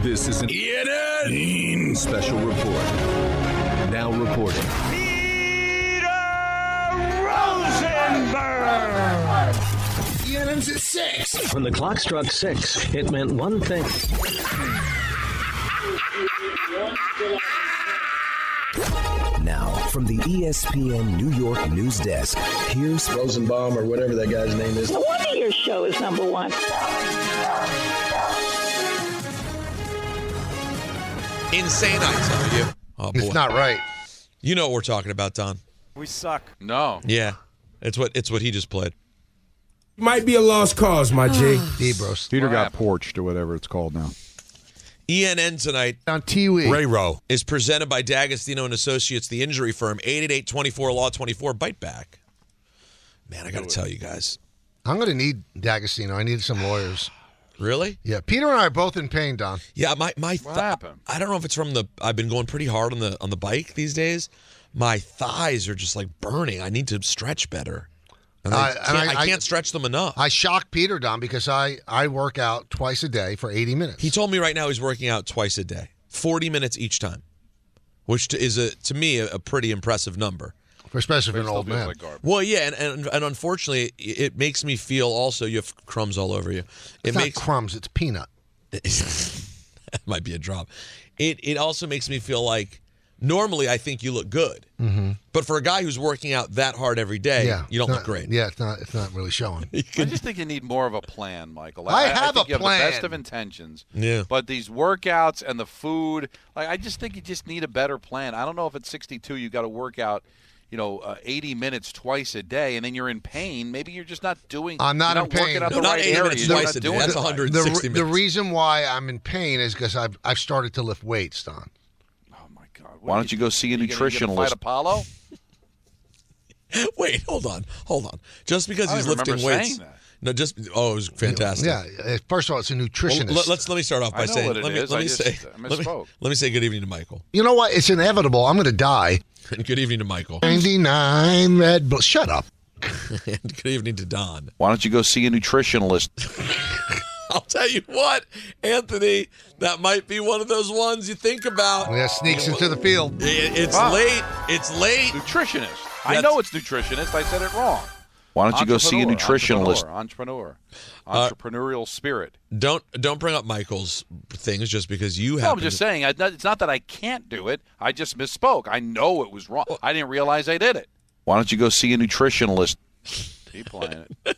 This is an Ian special report. Now reporting. Rosenberg! ENN's at six. When the clock struck six, it meant one thing. Now, from the E ESPN New York news desk, here's Rosenbaum or whatever that guy's name is. No wonder your show is number one. Insane, I tell you. Oh boy, It's not right. you know what we're talking about, Don? We suck. No. Yeah, it's what it's what he just played. Might be a lost cause, my G. Debros. Peter got porched or whatever it's called now. ENN E tonight On Tiwi. Rayro is presented by D'Agostino and Associates, the injury firm, 888-24 Law 24 Bite Back. Man, I got to tell you guys. I'm going to need D'Agostino. I need some lawyers. Really? Yeah, Peter and I are both in pain, Don. Yeah, my my th- happened? I don't know if it's from the I've been going pretty hard on the on the bike these days. My thighs are just like burning. I need to stretch better. And I, Uh, and can't, I, I- I- can't stretch them enough. I shock Peter, Don, because I, I work out twice a day for 80 minutes. He told me right now he's working out twice a day, 40 minutes each time, which to, is a to me a, a pretty impressive number. especially for an old Still feels man. like garbage. Well, yeah, and and, and unfortunately, it- it makes me feel also you have crumbs all over you. It It's makes not crumbs, it's peanut. that might be a drop. It it also makes me feel like normally I think you look good, but for a guy who's working out that hard every day, Mm-hmm. yeah. you don't it's look not- great. Yeah, it's not it's not really showing. I just think you need more of a plan, Michael. I have a think you have plan. the best of intentions. Yeah. But these workouts and the food, like I just think you just need a better plan. I don't know if at 62 you got to work out, you know, uh, 80 minutes twice a day, and then you're in pain. Maybe you're just not doing. I'm not you're in pain. Working out No, the not right 80 area. minutes You're twice not a day. doing That's it right. 100. The, 60 the minutes. reason why I'm in pain is because I've, I've started to lift weights, Don. Oh my God! Why don't you go see a you gonna- you gonna fight nutritionalist? Apollo? Wait, hold on, hold on. Just because I he's remember lifting saying weights, that. no, just oh, it was fantastic. Yeah. uh, First of all, it's a Well, nutritionist. let, us let me start off I by know saying what it let me is. let I me just- say I let me, misspoke. let me say good evening to Michael you know what? It's inevitable. I'm going to die. and good evening to Michael 99 Red Bull. Shut up. and good evening to Don. Why don't you go see a nutritionalist? I'll tell you what, Anthony, that might be one of those ones you think about. Oh, Yeah, sneaks into the field. I- It's Wow. late. It's late. nutritionist. I That's- know it's nutritionist. I said it wrong. Why don't you go see a nutritionalist? Entrepreneur, entrepreneur. entrepreneurial spirit. Don't don't bring up Michael's things just because you No, have. I'm just saying. I, it's not that I can't do it. I just misspoke. I know it was wrong. I didn't realize I did it. Why don't you go see a nutritionalist? Keep playing it.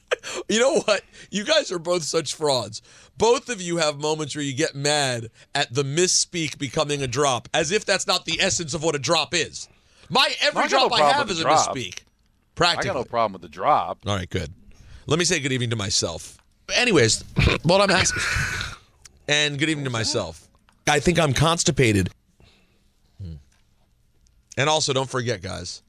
You know what? You guys are both such frauds. Both of you have moments where you get mad at the misspeak becoming a drop, as if that's not the essence of what a drop is. My every I got no drop I problem have with is a the drop. misspeak. I Practically. got no problem with the drop. All right, good. Let me say good evening to myself. Anyways, what I'm asking. And good evening to myself. I think I'm constipated. Hmm. And also, don't forget, guys.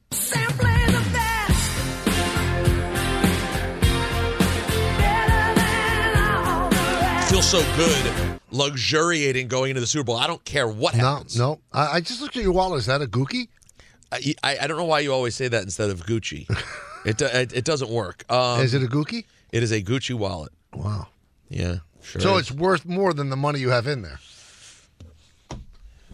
Feel so good luxuriating going into the Super Bowl. I don't care what No, happens. no. I, I just looked at your wallet. Is that a gookie? I, I, I don't know why you always say that instead of Gucci. it, do- it it doesn't work. Um, is it a gookie? it is a Gucci wallet. Wow. Yeah, sure. So is. it's worth more than the money you have in there.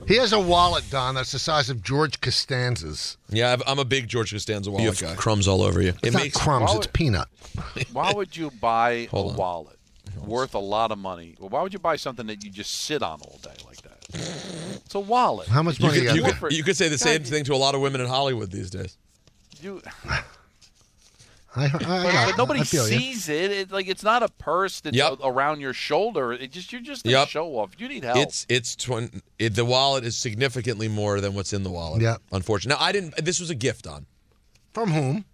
He has a wallet, Don, that's the size of George Costanza's. Yeah, I've, I'm a big George Costanza wallet guy. Crumbs all over you. It's not crumbs, wallet- it's peanut. Why would you buy a Hold on. wallet worth a lot of money? Well, why would you buy something that you just sit on all day like that? It's a wallet. How much you money could, you, you, got? could- you could say the same thing to a lot of women in Hollywood these days. You, I, I- I- but nobody I feel you. sees it. it. Like it's not a purse that's Yep. a- around your shoulder. It just you're just a Yep. show off. You need help. It's it's twin, it, the wallet is significantly more than what's in the wallet. Yeah. unfortunately. Now I didn't. This was a gift on From whom?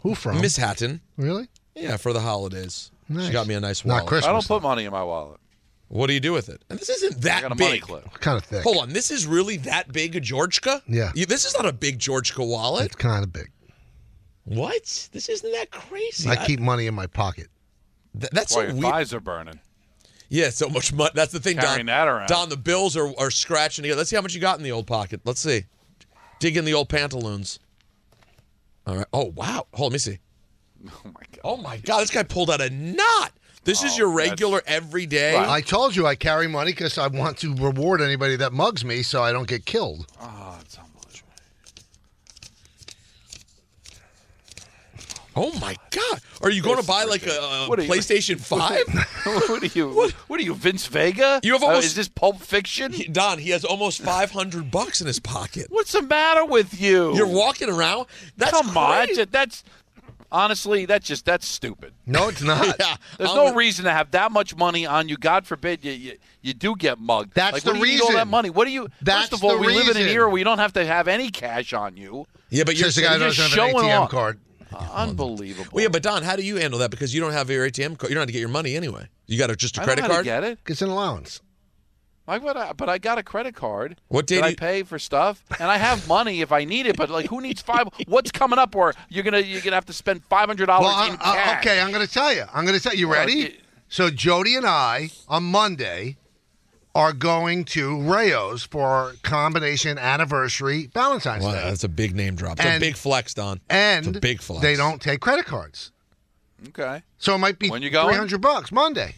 Who from? Miss Hatton. really? Yeah, for the holidays. Nice. She got me a nice Not wallet. Christmas. I don't put money in my wallet. What do you do with it? And this isn't that got a big. money clip. Kind of thick. Hold on, this is really that big a Georgica? Yeah. You- this is not a big Georgica wallet. It's kind of big. What? This isn't that crazy. I keep money in my pocket. Th- that's Boy, a your weird. thighs are burning. Yeah, so much money. That's the thing, Don. Carrying that around. Don, the bills are, are scratching together. Let's see how much you got in the old pocket. Let's see. Dig in the old pantaloons. All right. Oh, wow. Hold on, let me see. Oh my god. Oh, Oh, my God. This guy pulled out a knot. This is your regular everyday. I told you I carry money because I want to reward anybody that mugs me so I don't get killed. Oh, it's unbelievable. Oh, my God. Are you going to buy like a, a What are you- PlayStation 5? what are you? What are you, Vince Vega? You have Uh, almost- is this Pulp Fiction? He- Don, he has almost 500 bucks in his pocket. What's the matter with you? You're walking around. That's Come on, that's, crazy. ju- that's honestly, that's just that's stupid. No, it's not. Yeah. There's I'm no with- reason to have that much money on you. God forbid you you, you do get mugged. That's like, the what do you need all that reason. money. What do you? That's first of all, the we live in an reason. era where you don't have to have any cash on you. Yeah, but you're Says the guy who you're doesn't just have an showing ATM off. card. Unbelievable. Well, yeah, but Don, how do you handle that? Because you don't have your ATM card. You don't have to get your money anyway. You got a, just a I credit don't know how card. To get it? It's an allowance. Why would I? But I got a credit card. What day that do I you- pay for stuff, and I have money if I need it. But like, who needs five? What's coming up where you're gonna you're gonna have to spend five hundred dollars Well, in I, I- cash? okay, I'm going to tell you. I'm going to tell you. Ready? it- so Jody and I on Monday are going to Rayo's for our combination anniversary Valentine's Wow, Day, that's a big name drop. It's a And- big flex, Don. and it's a big flex. they don't take credit cards. Okay. So it might be When you going? 300 bucks Monday.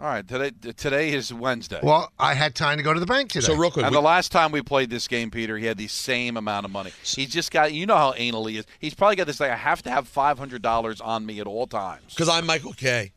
All right. Today t- today is Wednesday. Well, I had time to go to the bank today. So real quick, and we- the last time we played this game, Peter, he had the same amount of money. He's just got, you know how anal he is. He's probably got this thing. I have to have five hundred dollars on me at all times. because I'm Michael K,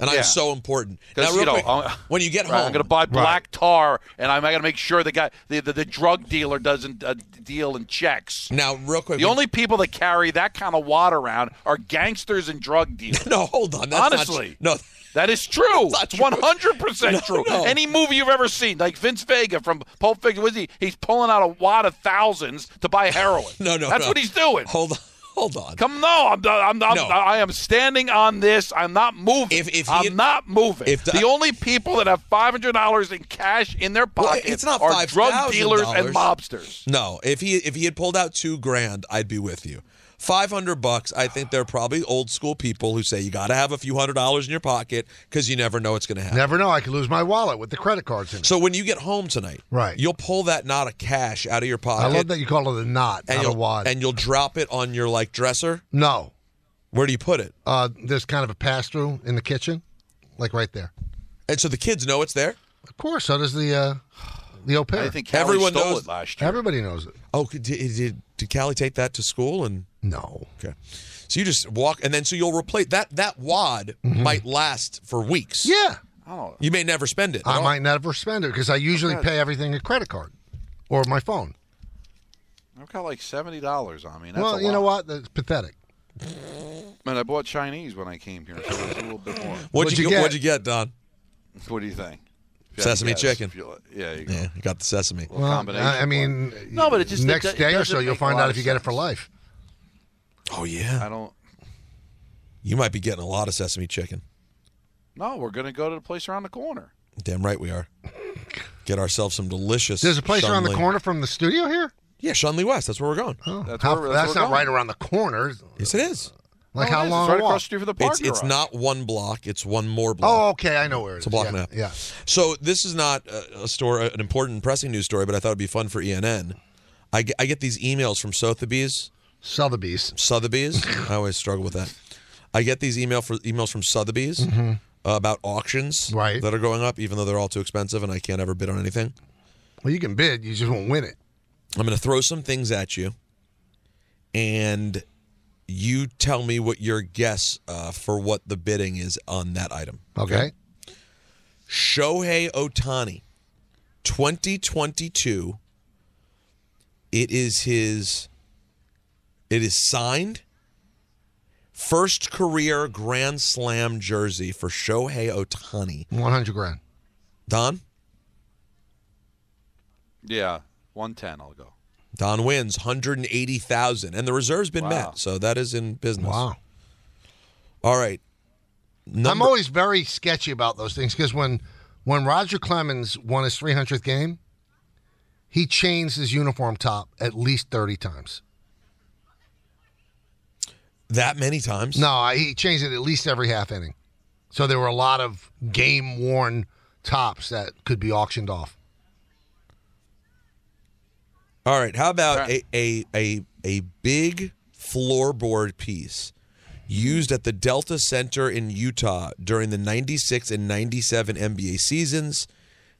and Yeah. I'm so important. Now, 'Cause, real you know, quick, I'm- when you get Right, home, I'm going to buy black tar, and I'm going to make sure the guy, the, the, the drug dealer, doesn't uh, deal in checks. Now, real quick, The we- only people that carry that kind of wad around are gangsters and drug dealers. no, hold on. That's not- Honestly. no, That is true. not It's true. 100% No, true. no. Any movie you've ever seen, like Vince Vega from Pulp Fiction, was he? He's pulling out a wad of thousands to buy heroin. no, no. That's no. what he's doing. Hold on, hold on. Come no, I'm, I'm, I'm, No. I am standing on this. I'm not moving. If- if he I'm had- not moving. if the- the, only people that have five hundred dollars in cash in their Well, pocket it's not are drug $5,000. dealers and mobsters. No, if he if he had pulled out two grand, I'd be with you. Five hundred bucks, I think they're probably old school people who say you got to have a few hundred dollars in your pocket because you never know what's going to happen. Never know. I could lose my wallet with the credit cards in it. So when you get home tonight, Right. you'll pull that knot of cash out of your pocket. I love that you call it a knot, and not a you'll wad. and you'll drop it on your like dresser. no, Where do you put it? uh, there's kind of a pass through in the kitchen, like right there. And so the kids know it's there. Of course, so does the uh, the au pair. I think Kelly Everyone stole knows- it last year. Everybody knows it. Oh, did, did did Callie take that to school? And No. okay, so you just walk, and then so you'll replace that. That wad might last for weeks. Mm-hmm. Yeah, Oh, you may never spend it. at I all. might never spend it because I usually pay everything a credit card or my phone. I've got like seventy dollars on me. and That's well, a you know what? lot. That's pathetic. Man, I bought Chinese when I came here, so it was a little bit more. What'd, What'd you you get? get? What'd you get, Don? What do you think? If you had to Sesame guess, chicken. if you- yeah, you go. Yeah, you got the sesame. Little Well, combination I, I for mean, it. no, but it just it next do- it day or doesn't so you'll make a find lot out of if you get it for sense. life. Oh yeah, I don't. you might be getting a lot of sesame chicken. No, we're gonna go to the place around the corner. Damn right we are. Get ourselves some delicious. There's a place around the Shunley- corner from the studio here. Yeah, Shunley West. That's where we're going. Oh, That's how- where- that's that's where not we're right going. around the corner. Yes, it is. Like No, how Oh, it is. long? It's right a walk? across the street from the park. It's it's garage. not one block. It's one more block. Oh, okay, I know where it It's is. a block yeah, map. Yeah. So this is not a, a story, an important and pressing news story, but I thought it'd be fun for ENN. I get, I get these emails from Sotheby's. Sotheby's. Sotheby's. I always struggle with that. I get these email for emails from Sotheby's about auctions Mm-hmm. Right. that are going up, even though they're all too expensive and I can't ever bid on anything. Well, you can bid, you just won't win it. I'm going to throw some things at you, and you tell me what your guess uh, for what the bidding is on that item. Okay. Shohei Otani, 2022. It is his. It is signed. First career Grand Slam jersey for Shohei Otani. One hundred grand. Don? Yeah, one ten. I'll go. Don wins 180,000 and the reserve's been Wow. met. So that is in business. Wow. All right. Number, I'm always very sketchy about those things because when When Roger Clemens won his 300th game, he changed his uniform top at least 30 times. That many times? No, I- he changed it at least every half inning. So there were a lot of game worn tops that could be auctioned off. All right. How about a, a a a big floorboard piece used at the Delta Center in Utah during the 96 and 97 NBA seasons,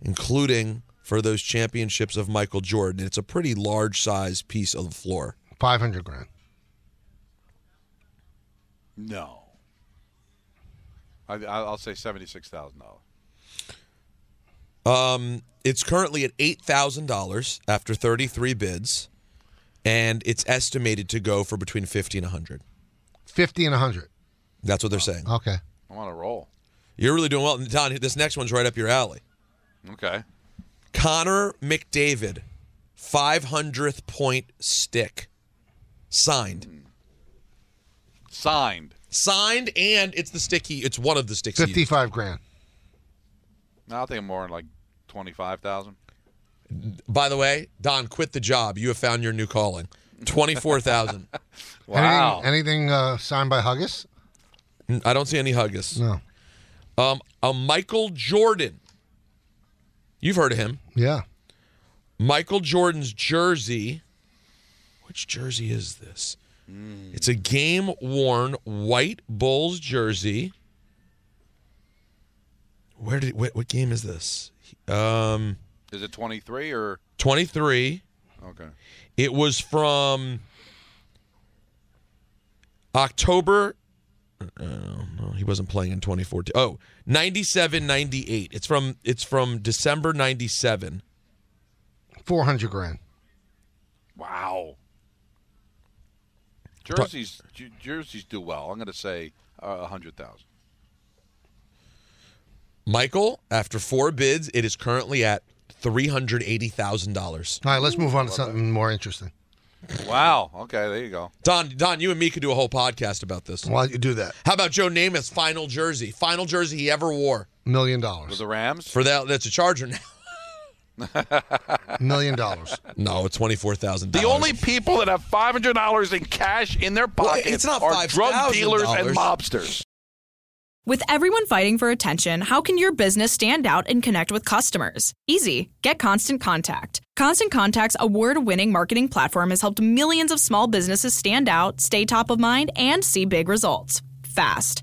including for those championships of Michael Jordan. It's a pretty large size piece of the floor. 500 grand. No. I, I- I'll say seventy-six thousand dollars. Um, it's currently at eight thousand dollars after thirty-three bids, and it's estimated to go for between fifty and hundred. 50 and 100. That's what they're saying. Okay. I'm on a roll. You're really doing well, And Don. This next one's right up your alley. Okay. Connor McDavid, five hundredth point stick, signed. Signed. Signed, and it's the sticky. It's one of the sticks. he used. 55 grand. No, I think I'm more in like twenty-five thousand. By the way, Don, quit the job. You have found your new calling. Twenty-four thousand. Anything, anything uh, signed by Huggis? N- I don't see any Huggis. No. Um, a Michael Jordan. You've heard of him. Yeah. Michael Jordan's jersey. Which jersey is this? It's a game worn white Bulls jersey. Where did what, what game is this? Um, Is it twenty-three or 23. okay? It was from October. Oh, no, he wasn't playing in 2014. Oh, 97, 98. It's from it's from December 97. 400 grand. Wow. Jerseys, ju- jerseys do well. I'm going to say uh, a hundred thousand. Michael, after four bids, it is currently at three hundred eighty thousand dollars. All right, let's move on to something more interesting. Wow. Okay, there you go. Don, Don, you and me could do a whole podcast about this. Why do you do that? How about Joe Namath's final jersey? Final jersey he ever wore. Million With dollars. the Rams, For that, that's a Charger now. Million dollars. No, twenty four thousand. the only people that have five hundred dollars in cash in their Well, pocket it's not are drug dealers and $5,000. mobsters. With everyone fighting for attention, how can your business stand out and connect with customers? Easy. Get Constant Contact. Constant Contact's award winning marketing platform has helped millions of small businesses stand out, stay top of mind, and see big results fast.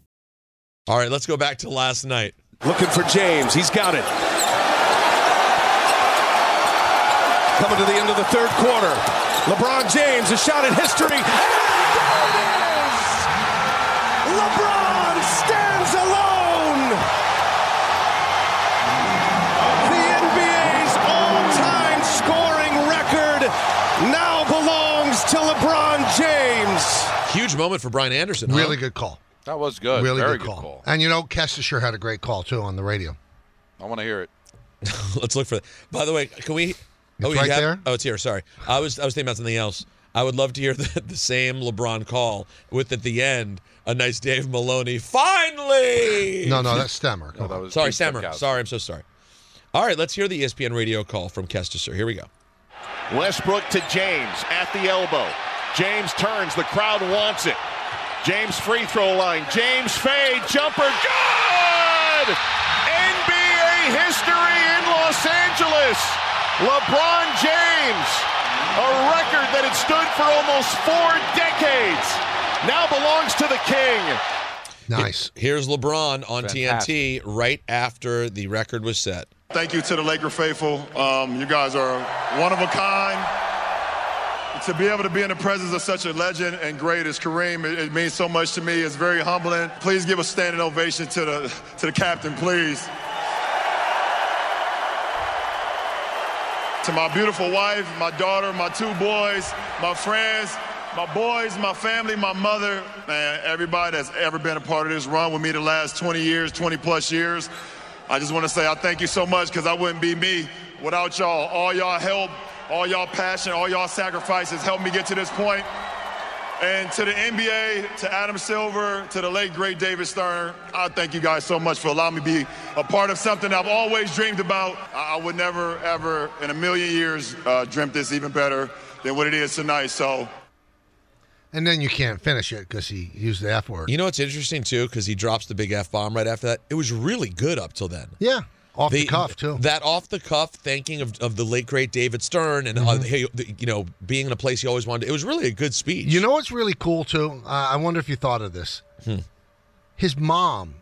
All right, let's go back to last night. Looking for James. He's got it. Coming to the end of the third quarter. LeBron James, a shot in history. And there it is! LeBron stands alone! The NBA's all time scoring record now belongs to LeBron James. Huge moment for Brian Anderson. huh? Really good call. That was good. really Oh, Very good, call. And you know, Kesha sure had a great call too on the radio. I want to hear it. Let's look for that. By the way, can we? oh, you right have- there? Oh, it's here. Sorry, I was I was thinking about something else. I would love to hear the, the same LeBron call with at the end a nice Dave Maloney. Finally, No, no, that's Stemmer. No, that was sorry, Pete Stammer. Stemkowski. Sorry, I'm so sorry. All right, let's hear the E ESPN radio call from Kester. Here we go. Westbrook to James at the elbow. James turns. The crowd wants it. James free throw line. James fade. Jumper. Good! NBA history in Los Angeles. LeBron James A record that had stood for almost four decades now belongs to the king. Nice. Here's LeBron on TNT right after the record was set. Thank you to the Laker faithful. Um, you guys are one of a kind. To be able to be in the presence of such a legend and great as Kareem, it, it means so much to me. It's very humbling. Please give a standing ovation to the to the captain, please. To my beautiful wife, my daughter, my two boys, my friends, my boys, my family, my mother, and everybody that's ever been a part of this run with me the last 20 years, 20 plus years. I just want to say I thank you so much because I wouldn't be me without y'all. All y'all help, all y'all passion, all y'all sacrifices helped me get to this point. And to the NBA, to Adam Silver, to the late great David Stern, I thank you guys so much for allowing me to be a part of something I've always dreamed about. I I would never, ever, in a million years, uh, dreamt this even better than what it is tonight. So And then you can't finish it because he used the F word. You know what's interesting too, because he drops the big f bomb right after that. It was really good up till then. Yeah. Off the cuff, too. That off the cuff thanking of, of the late great David Stern and Mm-hmm. uh, hey, the- you know being in a place he always wanted. It was really a good speech. You know what's really cool too? Uh, I wonder if you thought of this. His mom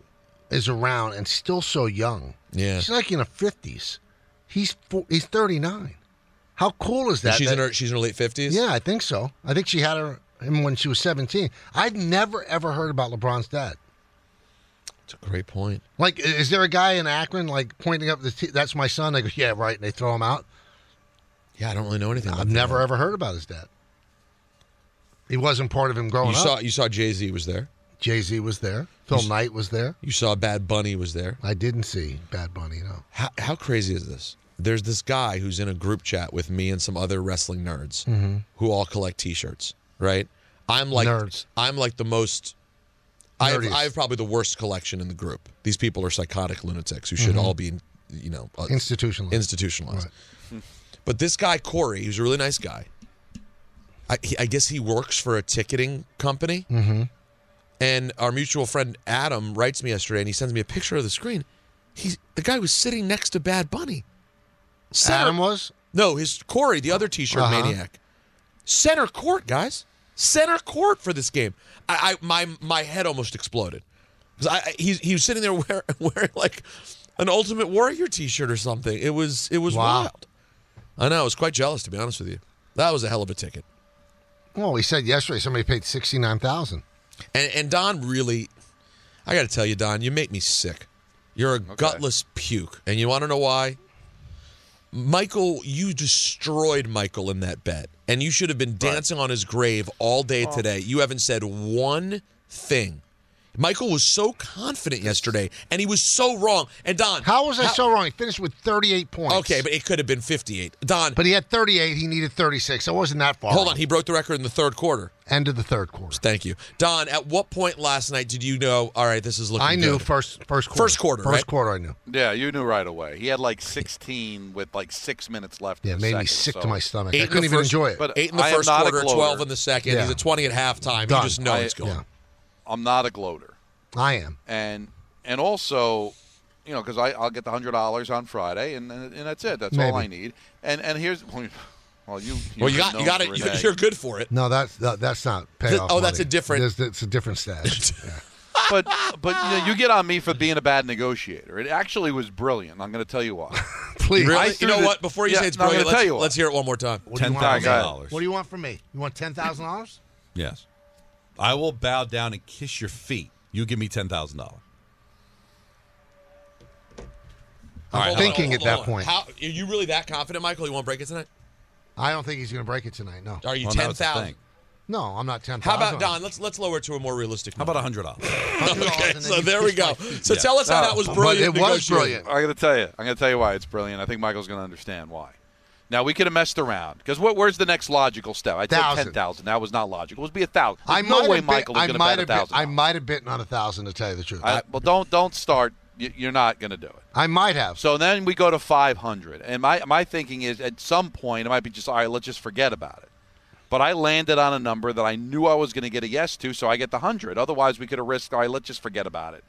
is around and still so young. Yeah. she's like in her fifties. He's four, he's thirty nine. How cool is And that? she's that, in her she's in her late fifties. Yeah, I think so. I think she had her him when she was seventeen. I'd never ever heard about LeBron's dad. It's a great point. Like, i- is there a guy in Akron like pointing up the? T- That's my son. I go, yeah, right. And they throw him out. Yeah, I don't really know anything. I've never ever heard about his dad. He wasn't part of him growing You up. saw you saw Jay Z was there. Jay Z was there. Phil Knight was there. You saw Bad Bunny was there. I didn't see Bad Bunny. No. How, how crazy is this? There's this guy who's in a group chat with me and some other wrestling nerds Mhm. who all collect T-shirts. Right? I'm like Nerds. I'm like the most. I have, Nerdiest. I have probably the worst collection in the group. These people are psychotic lunatics who should Mhm. all be, you know, uh, Institutionalized. Institutionalized. Hmm. Right. But this guy Corey, who's a really nice guy. I, he, I guess he works for a ticketing company. Mm-hmm. And our mutual friend Adam writes me yesterday, and he sends me a picture of the screen. He's the guy was sitting next to Bad Bunny. Adam was no his Corey, the other T-shirt Uh-huh. maniac. Center court, guys. Center court for this game. I, I my my head almost exploded because I, I he, he was sitting there wearing, wearing like an Ultimate Warrior T-shirt or something. It was it was wild. I know. I was quite jealous to be honest with you. That was a hell of a ticket. Well, he said yesterday somebody paid sixty nine thousand. And, and Don really, I got to tell you, Don, you make me sick. You're a gutless puke, and you want to know why? Michael, you destroyed Michael in that bet, and you should have been dancing on his grave all day Oh. today. You haven't said one thing. Michael was so confident yesterday, and he was so wrong. And Don, How was I so wrong? He finished with thirty eight points. Okay, but it could have been 58. Don, But he had thirty eight. He needed thirty six. I wasn't that far. hold on. He broke the record in the third quarter. End of the third quarter. Thank you, Don. At what point last night did you know? All right, this is looking. I knew good? first first quarter. First quarter, First right? quarter. I knew. Yeah, you knew right away. He had like 16 with like six minutes left. Yeah, in it the made me second, sick to so- my stomach. I couldn't even enjoy it. But Eight in the I am first not a quarter, gloater. twelve in the second. Yeah. He's a twenty at halftime. Done. You just know I- it's going. yeah. I'm not a gloater. I am. and and also you know because i'll get the hundred dollars on friday and, and and that's it that's all Maybe. i need and and here's well you, Well, you got know you got it. Renee. You're, you're good for it. No, that's that, that's not payoff. oh, that's money. a different- There's- It's a different stash. Yeah. but but you, know, you get on me for being a bad negotiator it actually was brilliant i'm going to tell you why Please. I Really? You threw know the- what? Before you Yeah, say it's no, I'm brilliant, gonna let's, tell you what. let's hear it one more time. Ten thousand dollars. What do you want from me? You want ten thousand dollars? Yes. I will bow down and kiss your feet. You give me ten thousand dollars. I'm thinking at that point. How, are you really that confident, Michael? You won't break it tonight? I don't think he's going to break it tonight. No. Are you Oh, ten thousand? No, I'm not ten How thousand. about Don? Let's let's lower it to a more realistic. How about a hundred dollars? okay, so there we go. So tell us how No. that was brilliant. negotiating. I'm going to tell you. I'm going to tell you why it's brilliant. I think Michael's going to understand why. Now we could have messed around because what? Where's the next logical step? I said Thousand. ten thousand. That was not logical. It was be a thousand. I There's no might way have been- Michael was I going to might bet a have been- thousand. I might have bitten on a thousand to tell you the truth. I- well, don't don't start. Y- You're not going to do it. I might have. So then we go to 500, and my my thinking is at some point it might be just all right. Let's just forget about it. But I landed on a number that I knew I was going to get a yes to, so I get the hundred. Otherwise, we could have risked. All right, let's just forget about it.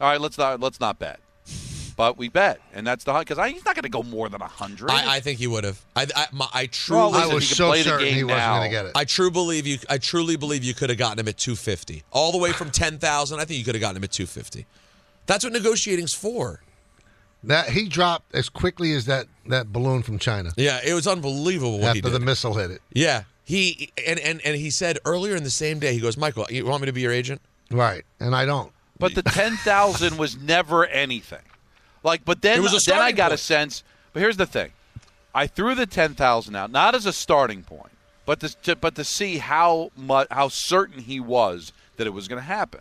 All right, let's not let's not bet. But we bet, and that's the hunt because he's not going to go more than hundred. I, I think he would have. I I, my, I Well, truly. listen, I was you can so play the certain game he wasn't now. gonna get it. I truly believe you. I truly believe you could have gotten him at two fifty, all the way from ten thousand. I think you could have gotten him at two fifty. That's what negotiating's for. That he dropped as quickly as that that balloon from China. Yeah, it was unbelievable what after he did. the missile hit it. yeah, he and, and and he said earlier in the same day, he goes, Michael, you want me to be your agent? Right, and I don't. But the ten thousand was never anything. Like, but then It was a then I starting got a point. sense. But here's the thing: I threw the ten thousand out not as a starting point, but to, to but to see how much how certain he was that it was going to happen.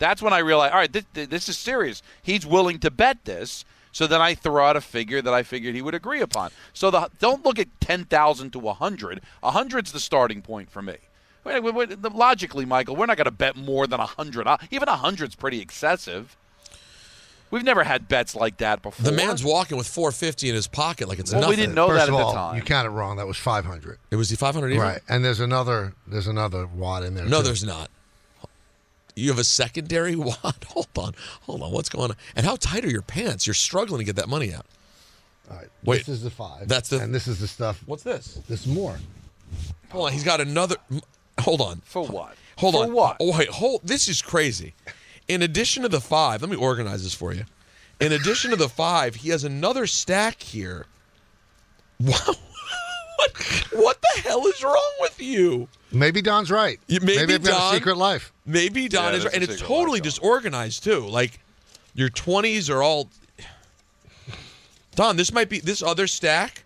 That's when I realized, all right, this, this is serious. He's willing to bet this. So then I throw out a figure that I figured he would agree upon. So the don't look at ten thousand to a hundred. A hundred's the starting point for me. Wait, wait, wait, the- logically, Michael, we're not going to bet more than a hundred. Uh, Even a hundred's pretty excessive. We've never had bets like that before. The man's walking with four fifty in his pocket like it's Well, we nothing. didn't know First that of at all, the time. you counted wrong. That was five hundred. It was the five hundred even. Right, and there's another there's another wad in there. No, too. there's not. You have a secondary wad. Hold on, hold on. What's going on? And how tight are your pants? You're struggling to get that money out. All right, Wait, this is the five. that's the- and this is the stuff. What's this? This more. Hold on, he's got another. m- Hold on. For what? Hold For on. what? Oh, wait, hold. This is crazy. In addition to the five, let me organize this for you. In addition to the five, he has another stack here. Wow. what, what the hell is wrong with you? Maybe Don's right. You- Maybe, Maybe I've got a Don- secret life. Maybe Don Yeah, is, there's right. and a it's secret life totally disorganized too. Like your twenties are all. Don, this might be this other stack.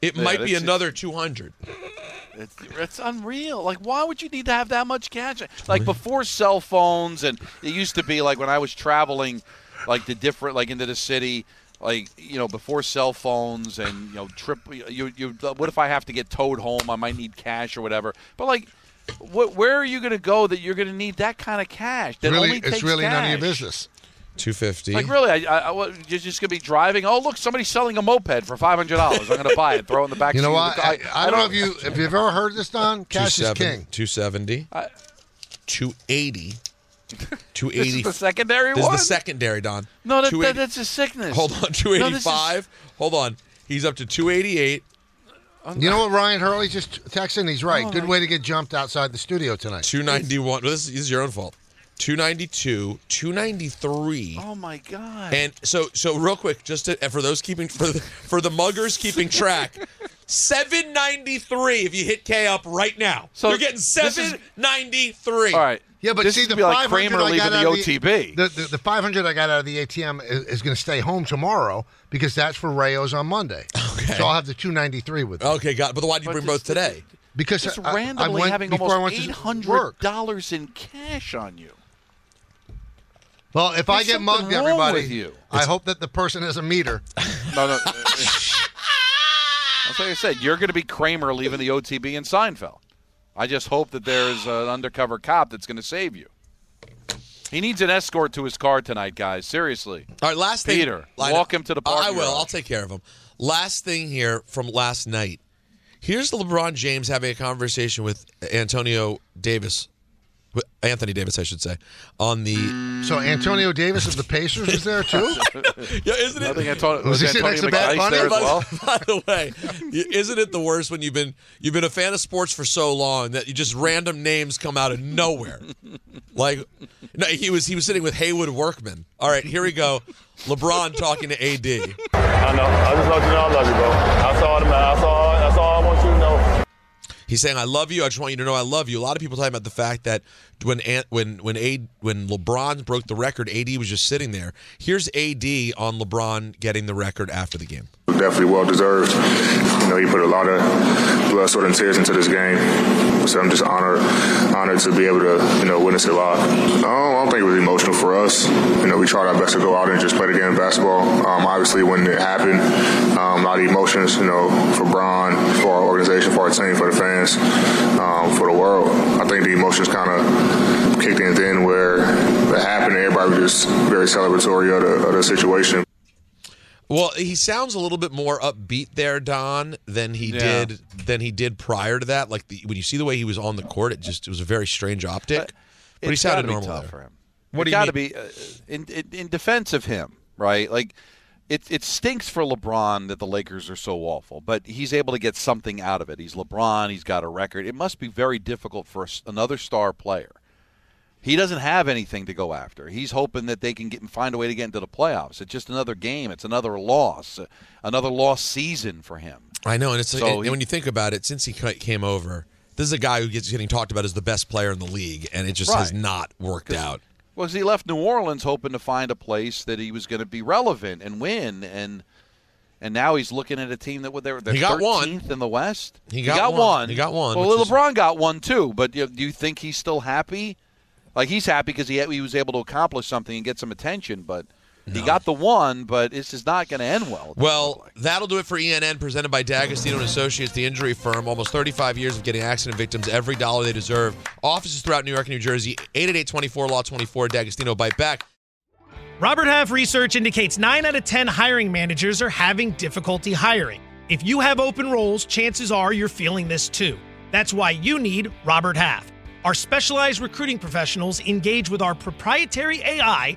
It Yeah, might be that's- another two hundred. It's, it's unreal. Like, why would you need to have that much cash? Like before cell phones, and it used to be like when I was traveling, like the different, like into the city, like you know, before cell phones and you know, trip. You, you, what if I have to get towed home? I might need cash or whatever. But like, what, where are you going to go that you're going to need that kind of cash? That really, only takes it's really none of your cash? business. Two fifty. Like really, I, I, I was just, just gonna be driving. Oh look, somebody's selling a moped for five hundred dollars. I'm gonna buy it. Throw it in the back. You know seat what? Of the car. I, I, don't know if you if you've ever heard this, Don. Cash is king. 270, 280, 280. This is the secondary This one. is the secondary, Don. No, that, 280 that, that's a sickness. Hold on, No, this is- 285. Hold on. He's up to 288. You know what Ryan Hurley just texted? He's right. Good way to get jumped outside the studio tonight. 291. This is, this is your own fault. 292, 293. oh my god. And so, so real quick, just to, and for those keeping for the, for the muggers keeping track, seven ninety three. If you hit K up right now, So you're getting this is- seven ninety three. All right. Yeah, but This see would the be like 500 Kramer I got leaving out the of OTB. The, the, the 500 I got out of the ATM is, is going to stay home tomorrow because that's for Rayo's on Monday. Okay. So I'll have the 293 with me. Okay, God. But why do you bring both today? Because just I- I- randomly I went having before I almost went eight to hundred work. dollars in cash on you. Well, if I There's get mugged, something wrong everybody, with you. I hope that the person has a meter. No, no. That's like I said. You're gonna be Kramer leaving the OTB in Seinfeld. I just hope that there's an undercover cop that's gonna save you. He needs an escort to his car tonight, guys. Seriously. All right, last thing. Peter, I- walk him to the parking I will. garage. I'll take care of him. Last thing here from last night. Here's LeBron James having a conversation with Antonio Davis, with Anthony Davis, I should say, on the. So Antonio Davis of the Pacers was there too. Yeah, isn't I it? think I told, Was was he sitting Antonio next to Bad McDice Bunny? there as By, well? by the way, y- isn't it the worst when you've been you've been a fan of sports for so long that you just random names come out of nowhere? Like, no, he was he was sitting with Haywood Workman. All right, here we go. LeBron talking to AD. I know. I just want you to know I love you, bro. That's all that matters. That's all. That's all I want you to know. He's saying, "I love you. I just want you to know I love you." A lot of people talking about the fact that when Ant- when when AD, when LeBron broke the record, AD was just sitting there. Here's AD on LeBron getting the record after the game. Definitely well deserved. You know, he put a lot of blood, sweat, and tears into this game. So I'm just honored, honored to be able to, you know, witness it live. No, I don't think it was emotional for us. You know, we tried our best to go out and just play the game of basketball. Um, obviously, when it happened, um, a lot of emotions, you know, for Braun, for our organization, for our team, for the fans, um, for the world. I think the emotions kind of kicked in then where it happened. and Everybody was just very celebratory of the, of the situation. Well, he sounds a little bit more upbeat there, Don, than he Yeah. did than he did prior to that. Like the, when you see the way he was on the court, it just it was a very strange optic. But he It's sounded gotta be normal tough there. for him. What What do it you got to mean? be uh, in, in in defense of him, right? Like it it stinks for LeBron that the Lakers are so awful, but he's able to get something out of it. He's LeBron, he's got a record. It must be very difficult for s- another star player. He doesn't have anything to go after. He's hoping that they can get find a way to get into the playoffs. It's just another game. It's another loss, uh, another lost season for him. I know, and it's So and he- when you think about it, since he ca- came over, this is a guy who gets getting talked about as the best player in the league, and it just has Right. not worked out. Well, 'cause he left New Orleans hoping to find a place that he was going to be relevant and win, and and now he's looking at a team that would they're, they're He got one. 13th in the West. He got one. He got one, Well, which is- LeBron got one too, but you- do you think he's still happy? Like he's happy because he he was able to accomplish something and get some attention, but he got the one, but this is not going to end well. Well, that'll do it for ENN, presented by D'Agostino and Associates, the injury firm. Almost 35 years of getting accident victims every dollar they deserve. Offices throughout New York and New Jersey, 888-24 Law 24. D'Agostino bite back. Robert Half research indicates 9 out of 10 hiring managers are having difficulty hiring. If you have open roles, chances are you're feeling this too. That's why you need Robert Half. Our specialized recruiting professionals engage with our proprietary AI